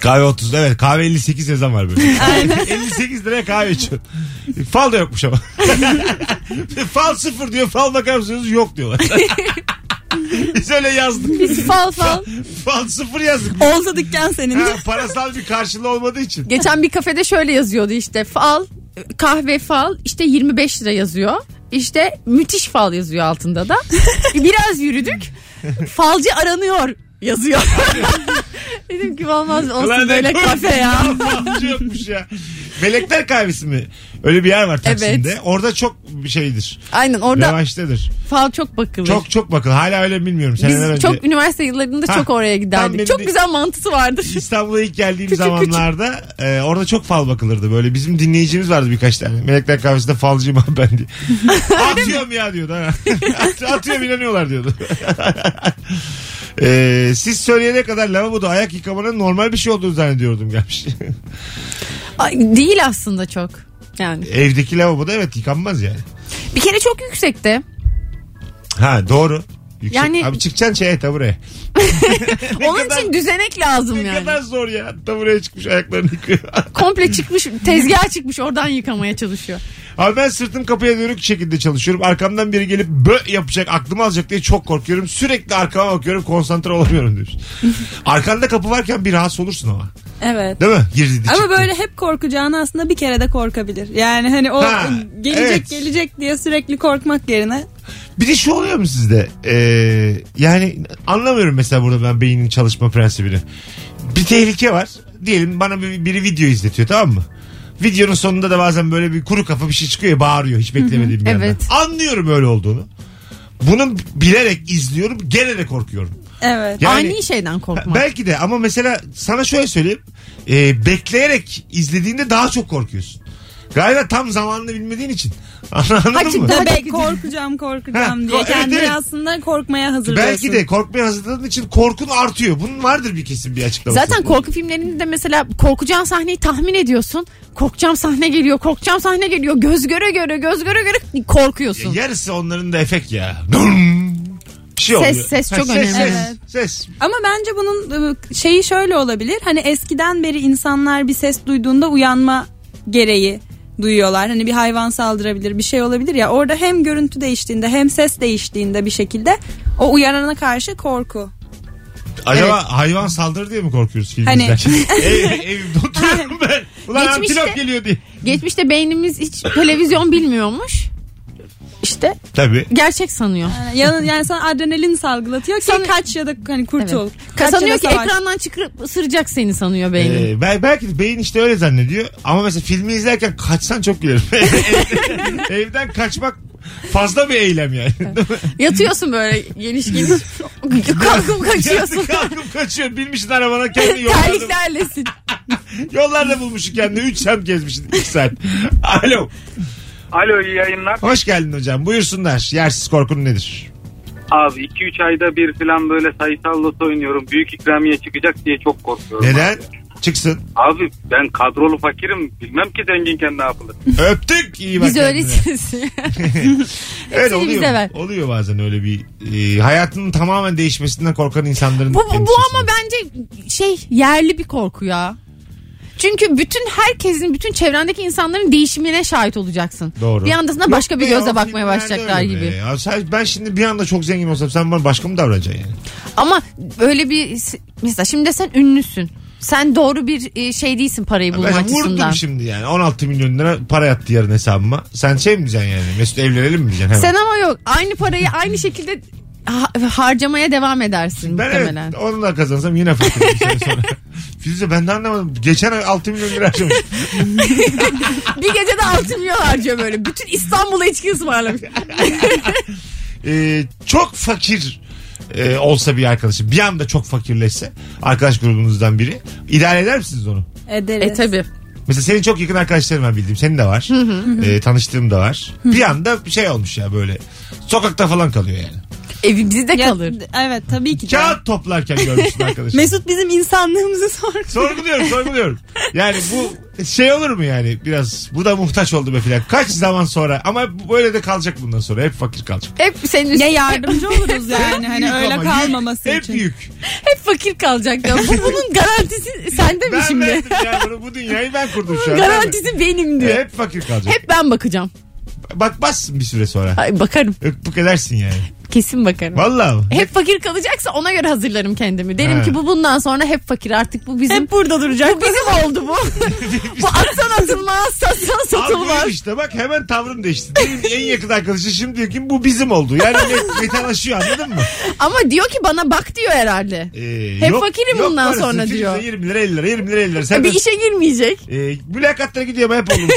Speaker 2: kahve 30 evet kahve 58 yazan var
Speaker 4: [LAUGHS]
Speaker 2: böyle. [LAUGHS] 58 liraya kahve içiyor. Fal da yokmuş ama. [LAUGHS] fal sıfır diyor fal bakar mısınız yok
Speaker 4: [LAUGHS]
Speaker 2: diyorlar. Biz öyle yazdık.
Speaker 4: Biz fal fal.
Speaker 2: Fal sıfır yazdık.
Speaker 3: Olsa dükkan senin.
Speaker 2: Ha, parasal bir karşılığı olmadığı için.
Speaker 4: Geçen bir kafede şöyle yazıyordu işte fal kahve fal işte 25 lira yazıyor. İşte müthiş fal yazıyor altında da. Biraz yürüdük. Falcı aranıyor yazıyor. Dedim ki olmaz olsun
Speaker 2: Ulan ne
Speaker 4: böyle
Speaker 2: komik
Speaker 4: kafe ya.
Speaker 2: Falcı yokmuş ya. Melekler kahvesi mi? Öyle bir yer var Taksim'de.
Speaker 4: Evet.
Speaker 2: Orada çok bir şeydir.
Speaker 4: Aynen orada
Speaker 2: Revaçtadır.
Speaker 4: fal çok bakılır.
Speaker 2: Çok çok bakın. Hala öyle bilmiyorum.
Speaker 4: Biz
Speaker 2: Seneler önce.
Speaker 4: çok üniversite yıllarında
Speaker 2: Ha,
Speaker 4: çok oraya
Speaker 2: tam benim
Speaker 4: giderdik. Çok
Speaker 2: de-
Speaker 4: güzel mantısı
Speaker 2: [LAUGHS]
Speaker 4: vardır.
Speaker 2: İstanbul'a ilk geldiğim
Speaker 4: Küçük
Speaker 2: zamanlarda e, orada çok fal bakılırdı böyle. Bizim dinleyicimiz vardı birkaç tane. Melekler Kahvesi'nde falcıyım abi ben
Speaker 4: [LAUGHS]
Speaker 2: diye. Atıyorum ya diyordu. Ha. At- Atıyorum inanıyorlar diyordu. [LAUGHS] E, siz söyleyene kadar lavaboda ayak yıkamanın normal bir şey olduğunu zannediyordum gelmiş. [LAUGHS]
Speaker 4: Ay, değil aslında çok. Yani
Speaker 2: Evdeki lavaboda evet yıkanmaz yani.
Speaker 4: bir kere çok yüksekte.
Speaker 2: Ha doğru. Yüksek.
Speaker 4: Yani-
Speaker 2: Abi çıkacaksın şeye tabureye. Ne
Speaker 4: Onun
Speaker 2: kadar-
Speaker 4: için düzenek lazım
Speaker 2: Ne
Speaker 4: yani.
Speaker 2: kadar zor ya. Tabureye çıkmış ayaklarını yıkıyor. [LAUGHS]
Speaker 4: Komple çıkmış tezgaha çıkmış oradan yıkamaya çalışıyor.
Speaker 2: Abi ben sırtım kapıya dönük şekilde çalışıyorum. Arkamdan biri gelip bö yapacak aklımı alacak diye çok korkuyorum. Sürekli arkama bakıyorum konsantre olamıyorum demiş. Arkanda kapı varken bir rahatsız olursun ama.
Speaker 3: Evet.
Speaker 2: Değil mi? Girdi çıktı.
Speaker 3: Ama böyle hep korkacağını aslında bir kere de korkabilir. Yani hani o
Speaker 2: Ha,
Speaker 3: gelecek
Speaker 2: evet.
Speaker 3: gelecek diye sürekli korkmak yerine.
Speaker 2: Bir de şu oluyor mu sizde? Ee, yani anlamıyorum mesela burada ben beynin çalışma prensibini. Bir tehlike var. Diyelim bana bir- biri video izletiyor tamam mı? Videonun sonunda da bazen böyle bir kuru kafa bir şey çıkıyor ya bağırıyor hiç beklemediğim bir yandan.
Speaker 4: evet.
Speaker 2: Anlıyorum öyle olduğunu. Bunu bilerek izliyorum gene de korkuyorum.
Speaker 3: Evet.
Speaker 2: Yani-
Speaker 4: Aynı şeyden korkmak.
Speaker 2: Belki de ama mesela sana şöyle söyleyeyim. Ee, bekleyerek izlediğinde daha çok korkuyorsun. Galiba tam zamanını bilmediğin için. [LAUGHS] Anladın
Speaker 4: Hakikaten.
Speaker 2: mı?
Speaker 3: Tabii
Speaker 4: Belki-
Speaker 3: korkacağım
Speaker 2: Ha,
Speaker 3: korkacağım
Speaker 2: ko-
Speaker 3: diye
Speaker 2: evet,
Speaker 3: kendini
Speaker 2: evet.
Speaker 3: aslında korkmaya hazırlıyorsun.
Speaker 2: Belki de korkmaya hazırladığın için korkun artıyor. Bunun vardır bir kesin bir açıklaması.
Speaker 4: Zaten korku filmlerinde de mesela korkacağın sahneyi tahmin ediyorsun. Korkacağım sahne geliyor, korkacağım sahne geliyor. Göz göre göre, göz göre göre korkuyorsun.
Speaker 2: Yarısı onların da efekt ya. Dum! Bir şey
Speaker 4: Ses,
Speaker 2: oluyor.
Speaker 4: ses çok önemli.
Speaker 2: Ses,
Speaker 3: Evet.
Speaker 2: ses.
Speaker 3: Ama bence bunun e, şeyi şöyle olabilir. Hani eskiden beri insanlar bir ses duyduğunda uyanma gereği duyuyorlar. Hani bir hayvan saldırabilir, bir şey olabilir ya. Orada hem görüntü değiştiğinde hem ses değiştiğinde bir şekilde o uyarana karşı korku.
Speaker 2: Acaba hayvan saldırır diye mi korkuyoruz film
Speaker 3: Hani-
Speaker 2: izlerken? Ev,
Speaker 4: [LAUGHS]
Speaker 2: evimde oturuyorum ben. Ulan
Speaker 4: Geçmişte-
Speaker 2: antilop geliyor diye.
Speaker 4: Geçmişte beynimiz hiç televizyon bilmiyormuş. İşte
Speaker 2: Tabii.
Speaker 4: gerçek sanıyor.
Speaker 3: Yani, yani, yani sana adrenalin salgılatıyor ki
Speaker 4: Sana-
Speaker 3: kaç ya da hani kurtul.
Speaker 4: Evet.
Speaker 3: Kaç ya
Speaker 4: Sanıyor
Speaker 3: da
Speaker 4: ki
Speaker 3: savaş.
Speaker 4: ekrandan çıkıp ısıracak seni sanıyor beynin.
Speaker 2: Ee, bel- belki de beyin işte öyle zannediyor. Ama mesela filmi izlerken kaçsan çok [LAUGHS] gülerim. Evden- Evden kaçmak fazla bir eylem yani. [LAUGHS]
Speaker 4: Yatıyorsun böyle geniş geniş. Kalkıp kaçıyorsun.
Speaker 2: Kalkıp kaçıyorsun. Bilmişsin arabana
Speaker 4: [LAUGHS]
Speaker 2: kendini yollarda,
Speaker 4: Terliklerlesin.
Speaker 2: yollarda bulmuşsun kendini. Üç saat gezmişsin. iki saat. Alo.
Speaker 6: Alo iyi yayınlar.
Speaker 2: Hoş geldin hocam. Buyursunlar. Yersiz korkun nedir?
Speaker 6: Abi 2-3 ayda bir falan böyle sayısal loto oynuyorum. Büyük ikramiye çıkacak diye çok korkuyorum.
Speaker 2: Neden?
Speaker 6: Abi,
Speaker 2: Çıksın.
Speaker 6: Abi ben kadrolu fakirim. Bilmem ki zenginken ne yapılır.
Speaker 2: Öptük. İyi bak
Speaker 4: Biz
Speaker 2: kendine.
Speaker 4: öylesiz.
Speaker 2: Öyle
Speaker 4: Hepsini bize
Speaker 2: oluyor.
Speaker 4: ver.
Speaker 2: Oluyor bazen öyle bir e, hayatının tamamen değişmesinden korkan insanların.
Speaker 4: Bu, bu, bu
Speaker 2: endişesi.
Speaker 4: ama bence şey yerli bir korku ya. Çünkü bütün herkesin, bütün çevrendeki insanların değişimine şahit olacaksın.
Speaker 2: Doğru.
Speaker 4: Bir andasında
Speaker 2: Yok
Speaker 4: başka bir
Speaker 2: be, o
Speaker 4: gözle bakmaya
Speaker 2: filmlerde
Speaker 4: başlayacaklar
Speaker 2: öyle
Speaker 4: gibi.
Speaker 2: be. Ya sen- ben şimdi bir anda çok zengin olsam sen bana başka mı davranacaksın yani?
Speaker 4: Ama böyle bir mesela şimdi sen ünlüsün. Sen doğru bir e, şey değilsin parayı bulma
Speaker 2: Ben
Speaker 4: açısından.
Speaker 2: vurdum şimdi yani 16 milyon lira para yattı yarın hesabıma. Sen şey mi diyeceksin yani Mesut evlenelim mi diyeceksin hemen?
Speaker 4: Sen ama yok aynı parayı aynı şekilde ha- harcamaya devam edersin
Speaker 2: ben
Speaker 4: muhtemelen.
Speaker 2: evet onu da kazansam yine fakir bir sene sonra. Firuze ben de anlamadım. Geçen ay 6 milyon lira harcamış.
Speaker 4: Bir gecede 6 milyon harcıyor böyle. Bütün İstanbul'a içki ısmarlamış.
Speaker 2: Ee, çok fakir e, olsa bir arkadaşım bir anda çok fakirleşse arkadaş grubunuzdan biri idare eder misiniz onu?
Speaker 3: Ederiz.
Speaker 4: e tabi.
Speaker 2: Mesela senin çok yakın arkadaşların var bildiğim. Senin de var. Ee, tanıştığım da var. bir anda bir şey olmuş ya böyle. Sokakta falan kalıyor yani.
Speaker 4: Evimizde
Speaker 3: Ya,
Speaker 4: kalır.
Speaker 3: Evet tabii ki de.
Speaker 2: Kağıt toplarken görmüşsün arkadaşım.
Speaker 3: Mesut bizim insanlığımızı sordu.
Speaker 2: Sorguluyorum sorguluyorum. Yani bu şey olur mu yani biraz bu da muhtaç oldu be filan. Kaç zaman sonra ama böyle de kalacak bundan sonra hep fakir kalacak.
Speaker 4: Hep senin üstüne
Speaker 3: Ya yardımcı
Speaker 2: [LAUGHS]
Speaker 3: oluruz yani hani
Speaker 2: Yük
Speaker 3: öyle
Speaker 2: ama, yük.
Speaker 3: kalmaması
Speaker 2: hep
Speaker 3: için.
Speaker 2: yük.
Speaker 4: hep fakir kalacak. Ya. Bu, bunun garantisi sende mi
Speaker 2: Ben
Speaker 4: şimdi?
Speaker 2: verdim ya bunu. Bu dünyayı ben kurdum şu an.
Speaker 4: garantisi benim diyor.
Speaker 2: Hep fakir kalacak.
Speaker 4: Hep ben bakacağım.
Speaker 2: Bakmazsın bir süre sonra.
Speaker 4: Ay, bakarım.
Speaker 2: Öpbük edersin yani.
Speaker 4: Kesin bakarım.
Speaker 2: Vallahi. mi?
Speaker 4: Hep fakir kalacaksa ona göre hazırlarım kendimi. Derim
Speaker 2: Ha.
Speaker 4: ki bu bundan sonra hep fakir artık bu bizim.
Speaker 3: Hep burada duracak.
Speaker 4: bu bizim oldu bu. bu atsan atılmaz, satsan
Speaker 2: Al
Speaker 4: satılmaz.
Speaker 2: buyum işte bak hemen tavrım değişti. Benim en yakın arkadaşı şimdi diyor ki bu bizim oldu. Yani met- metalaşıyor anladın mı?
Speaker 4: Ama diyor ki bana bak diyor herhalde.
Speaker 2: Ee,
Speaker 4: Hep fakirim bundan
Speaker 2: parası,
Speaker 4: sonra
Speaker 2: filtre
Speaker 4: diyor.
Speaker 2: 20 lira 50 lira 20 lira 50 lira. Sen de,
Speaker 4: E, bir işe girmeyecek.
Speaker 2: e, mülakatta gidiyor ama hep olmuş.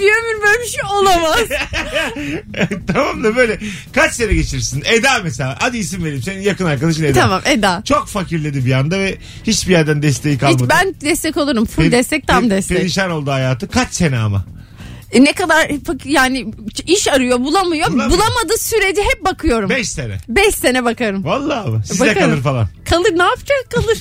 Speaker 4: Bir ömür böyle bir şey olamaz.
Speaker 2: [LAUGHS] tamam da böyle kaç sene geçirirsin? Eda mesela hadi isim vereyim senin yakın arkadaşın Eda.
Speaker 4: tamam Eda.
Speaker 2: Çok fakirledi bir anda ve hiçbir yerden desteği
Speaker 4: Hiç
Speaker 2: kalmadı.
Speaker 4: ben destek olurum. Full
Speaker 2: Pe-
Speaker 4: destek tam
Speaker 2: pe-
Speaker 4: destek.
Speaker 2: Perişan oldu hayatı. Kaç sene ama.
Speaker 4: E, ne kadar fak- yani iş arıyor bulamıyor.
Speaker 2: Bulamıyor.
Speaker 4: Bulamadığı sürece hep bakıyorum.
Speaker 2: 5 sene.
Speaker 4: 5 sene bakarım.
Speaker 2: Vallahi mı? Size
Speaker 4: Bakarım.
Speaker 2: kalır falan.
Speaker 4: Kalır ne yapacak
Speaker 2: [LAUGHS]
Speaker 4: kalır.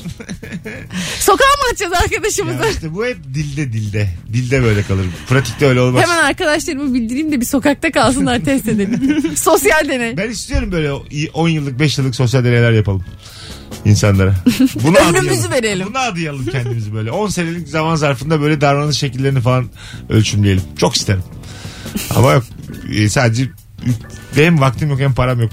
Speaker 4: Sokağa mı atacağız
Speaker 2: Ya
Speaker 4: arkadaşımızı?
Speaker 2: işte bu hep dilde dilde. Dilde böyle kalır. Pratikte öyle olmaz.
Speaker 4: Hemen arkadaşlarımı bildireyim de bir sokakta kalsınlar
Speaker 2: [LAUGHS]
Speaker 4: test edelim. Sosyal deney.
Speaker 2: Ben istiyorum böyle 10 yıllık 5 yıllık sosyal deneyler yapalım
Speaker 4: [LAUGHS]
Speaker 2: insanlara. Bunu
Speaker 4: Ömrümüzü
Speaker 2: adayalım.
Speaker 4: verelim.
Speaker 2: Bunu adayalım kendimizi böyle. 10 senelik zaman zarfında böyle davranış şekillerini falan ölçümleyelim. Çok isterim. Ama yok e, sadece benim vaktim yok hem
Speaker 4: [LAUGHS]
Speaker 2: param yok.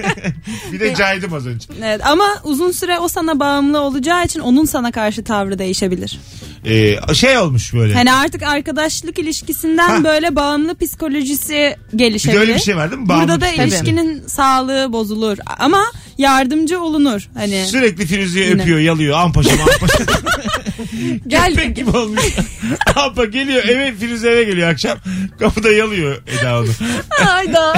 Speaker 2: [LAUGHS] bir de caydım az önce.
Speaker 3: Evet, ama uzun süre o sana bağımlı olacağı için onun sana karşı tavrı değişebilir.
Speaker 2: Ee, şey olmuş böyle.
Speaker 3: Hani artık arkadaşlık ilişkisinden
Speaker 2: Ha.
Speaker 3: böyle bağımlı psikolojisi
Speaker 2: bir de
Speaker 3: gelişebilir.
Speaker 2: öyle bir şey var değil mi? Bağımlı
Speaker 3: Burada da
Speaker 2: psikoloji.
Speaker 3: ilişkinin sağlığı bozulur ama yardımcı olunur. Hani
Speaker 2: Sürekli Firuze'yi
Speaker 3: Yine.
Speaker 2: öpüyor, yalıyor. Ampaşam
Speaker 3: [LAUGHS]
Speaker 2: ampaşam.
Speaker 4: Gel.
Speaker 2: Köpek gibi olmuş. Ampa geliyor eve Firuze eve geliyor akşam. Kapıda yalıyor Eda onu.
Speaker 4: Hayda.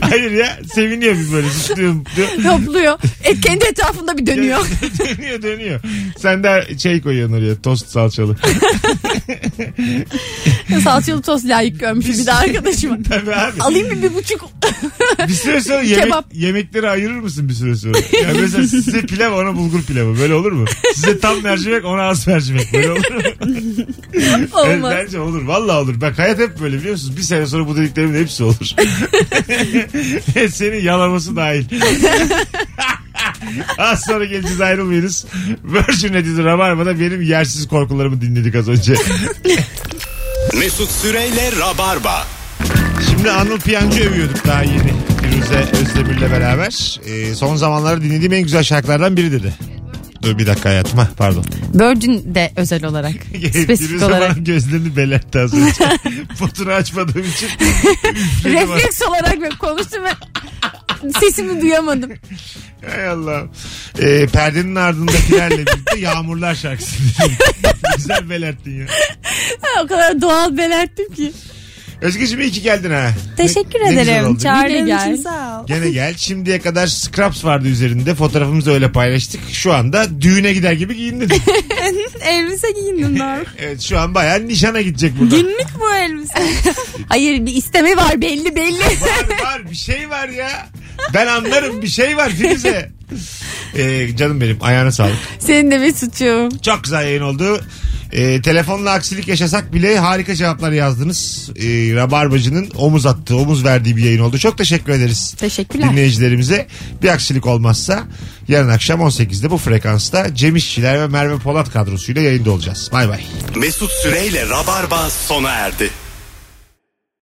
Speaker 2: Hayır ya seviniyor bir böyle zıplıyorum diyor.
Speaker 4: Topluyor. E, kendi etrafında bir dönüyor.
Speaker 2: [LAUGHS] dönüyor dönüyor. Sen de şey koyuyorsun oraya tost
Speaker 4: [LAUGHS]
Speaker 2: salçalı.
Speaker 4: Salçalı tost layık görmüş bir
Speaker 2: [LAUGHS]
Speaker 4: de arkadaşıma.
Speaker 2: Tabii abi.
Speaker 4: Alayım mı bir buçuk?
Speaker 2: Bir süre sonra yemek,
Speaker 4: Kebap.
Speaker 2: yemekleri ayırır mısın bir süre sonra? Yani mesela size pilav ona bulgur pilavı böyle olur mu? Size tam mercimek ona az mercimek böyle olur mu? Evet,
Speaker 4: Olmaz.
Speaker 2: bence olur. Vallahi olur. Bak hayat hep böyle biliyor musunuz? Bir sene sonra bu dediklerimin hepsi
Speaker 4: [LAUGHS]
Speaker 2: olur. Senin yalaması dahil. [LAUGHS] Az sonra geleceğiz ayrılmayınız. Virgin Radio'da Rabarba'da benim yersiz korkularımı dinledik az önce.
Speaker 1: Mesut Süreyle Rabarba.
Speaker 2: Şimdi Anıl Piyancı övüyorduk daha yeni. Firuze Özdemir'le beraber. Ee, son zamanlarda dinlediğim en güzel şarkılardan biri dedi. Dur bir dakika hayatım. Ha, pardon.
Speaker 4: Virgin de
Speaker 2: [LAUGHS]
Speaker 4: özel olarak. [LAUGHS] spesifik
Speaker 2: Firuze
Speaker 4: olarak.
Speaker 2: bana gözlerini belertti az önce. [LAUGHS] Potunu açmadığım
Speaker 4: [LAUGHS]
Speaker 2: için. üfledi bana.
Speaker 4: Refleks olarak ben konuştum ve sesimi duyamadım.
Speaker 2: Hay Allah. Ee, perdenin ardındakilerle
Speaker 3: [LAUGHS]
Speaker 2: birlikte Yağmurlar şarkısı. dedim. [LAUGHS] Güzel belerttin ya.
Speaker 4: [LAUGHS] o kadar doğal belerttim ki.
Speaker 2: Özgeciğim iyi ki geldin ha.
Speaker 3: teşekkür
Speaker 2: Ne- ne güzel
Speaker 3: ederim.
Speaker 2: oldu.
Speaker 3: Çağırdığın
Speaker 4: Yine
Speaker 3: için
Speaker 4: gel.
Speaker 3: sağ ol.
Speaker 2: Gene gel. Şimdiye kadar scraps vardı üzerinde. Fotoğrafımızı öyle paylaştık. Şu anda düğüne gider gibi
Speaker 3: [LAUGHS]
Speaker 2: giyindin.
Speaker 3: elbise
Speaker 2: [LAUGHS]
Speaker 3: giyindim daha.
Speaker 2: evet şu an bayağı nişana gidecek burada.
Speaker 3: Günlük bu elbise.
Speaker 4: Hayır bir isteme var belli belli. [LAUGHS]
Speaker 2: var var bir şey var ya. Ben anlarım bir şey var
Speaker 3: [LAUGHS]
Speaker 2: Firuze. Ee, canım benim ayağına sağlık.
Speaker 4: Senin de bir suçum.
Speaker 2: Çok güzel yayın oldu. Ee, telefonla aksilik yaşasak bile harika cevaplar yazdınız. Ee, Rabarbacı'nın omuz attığı, omuz verdiği bir yayın oldu. Çok teşekkür ederiz.
Speaker 4: Teşekkürler.
Speaker 2: Dinleyicilerimize bir aksilik olmazsa yarın akşam 18'de bu frekansta Cem İşçiler ve Merve Polat kadrosuyla yayında olacağız. Bay bay.
Speaker 1: Mesut Süreyle Rabarba sona erdi.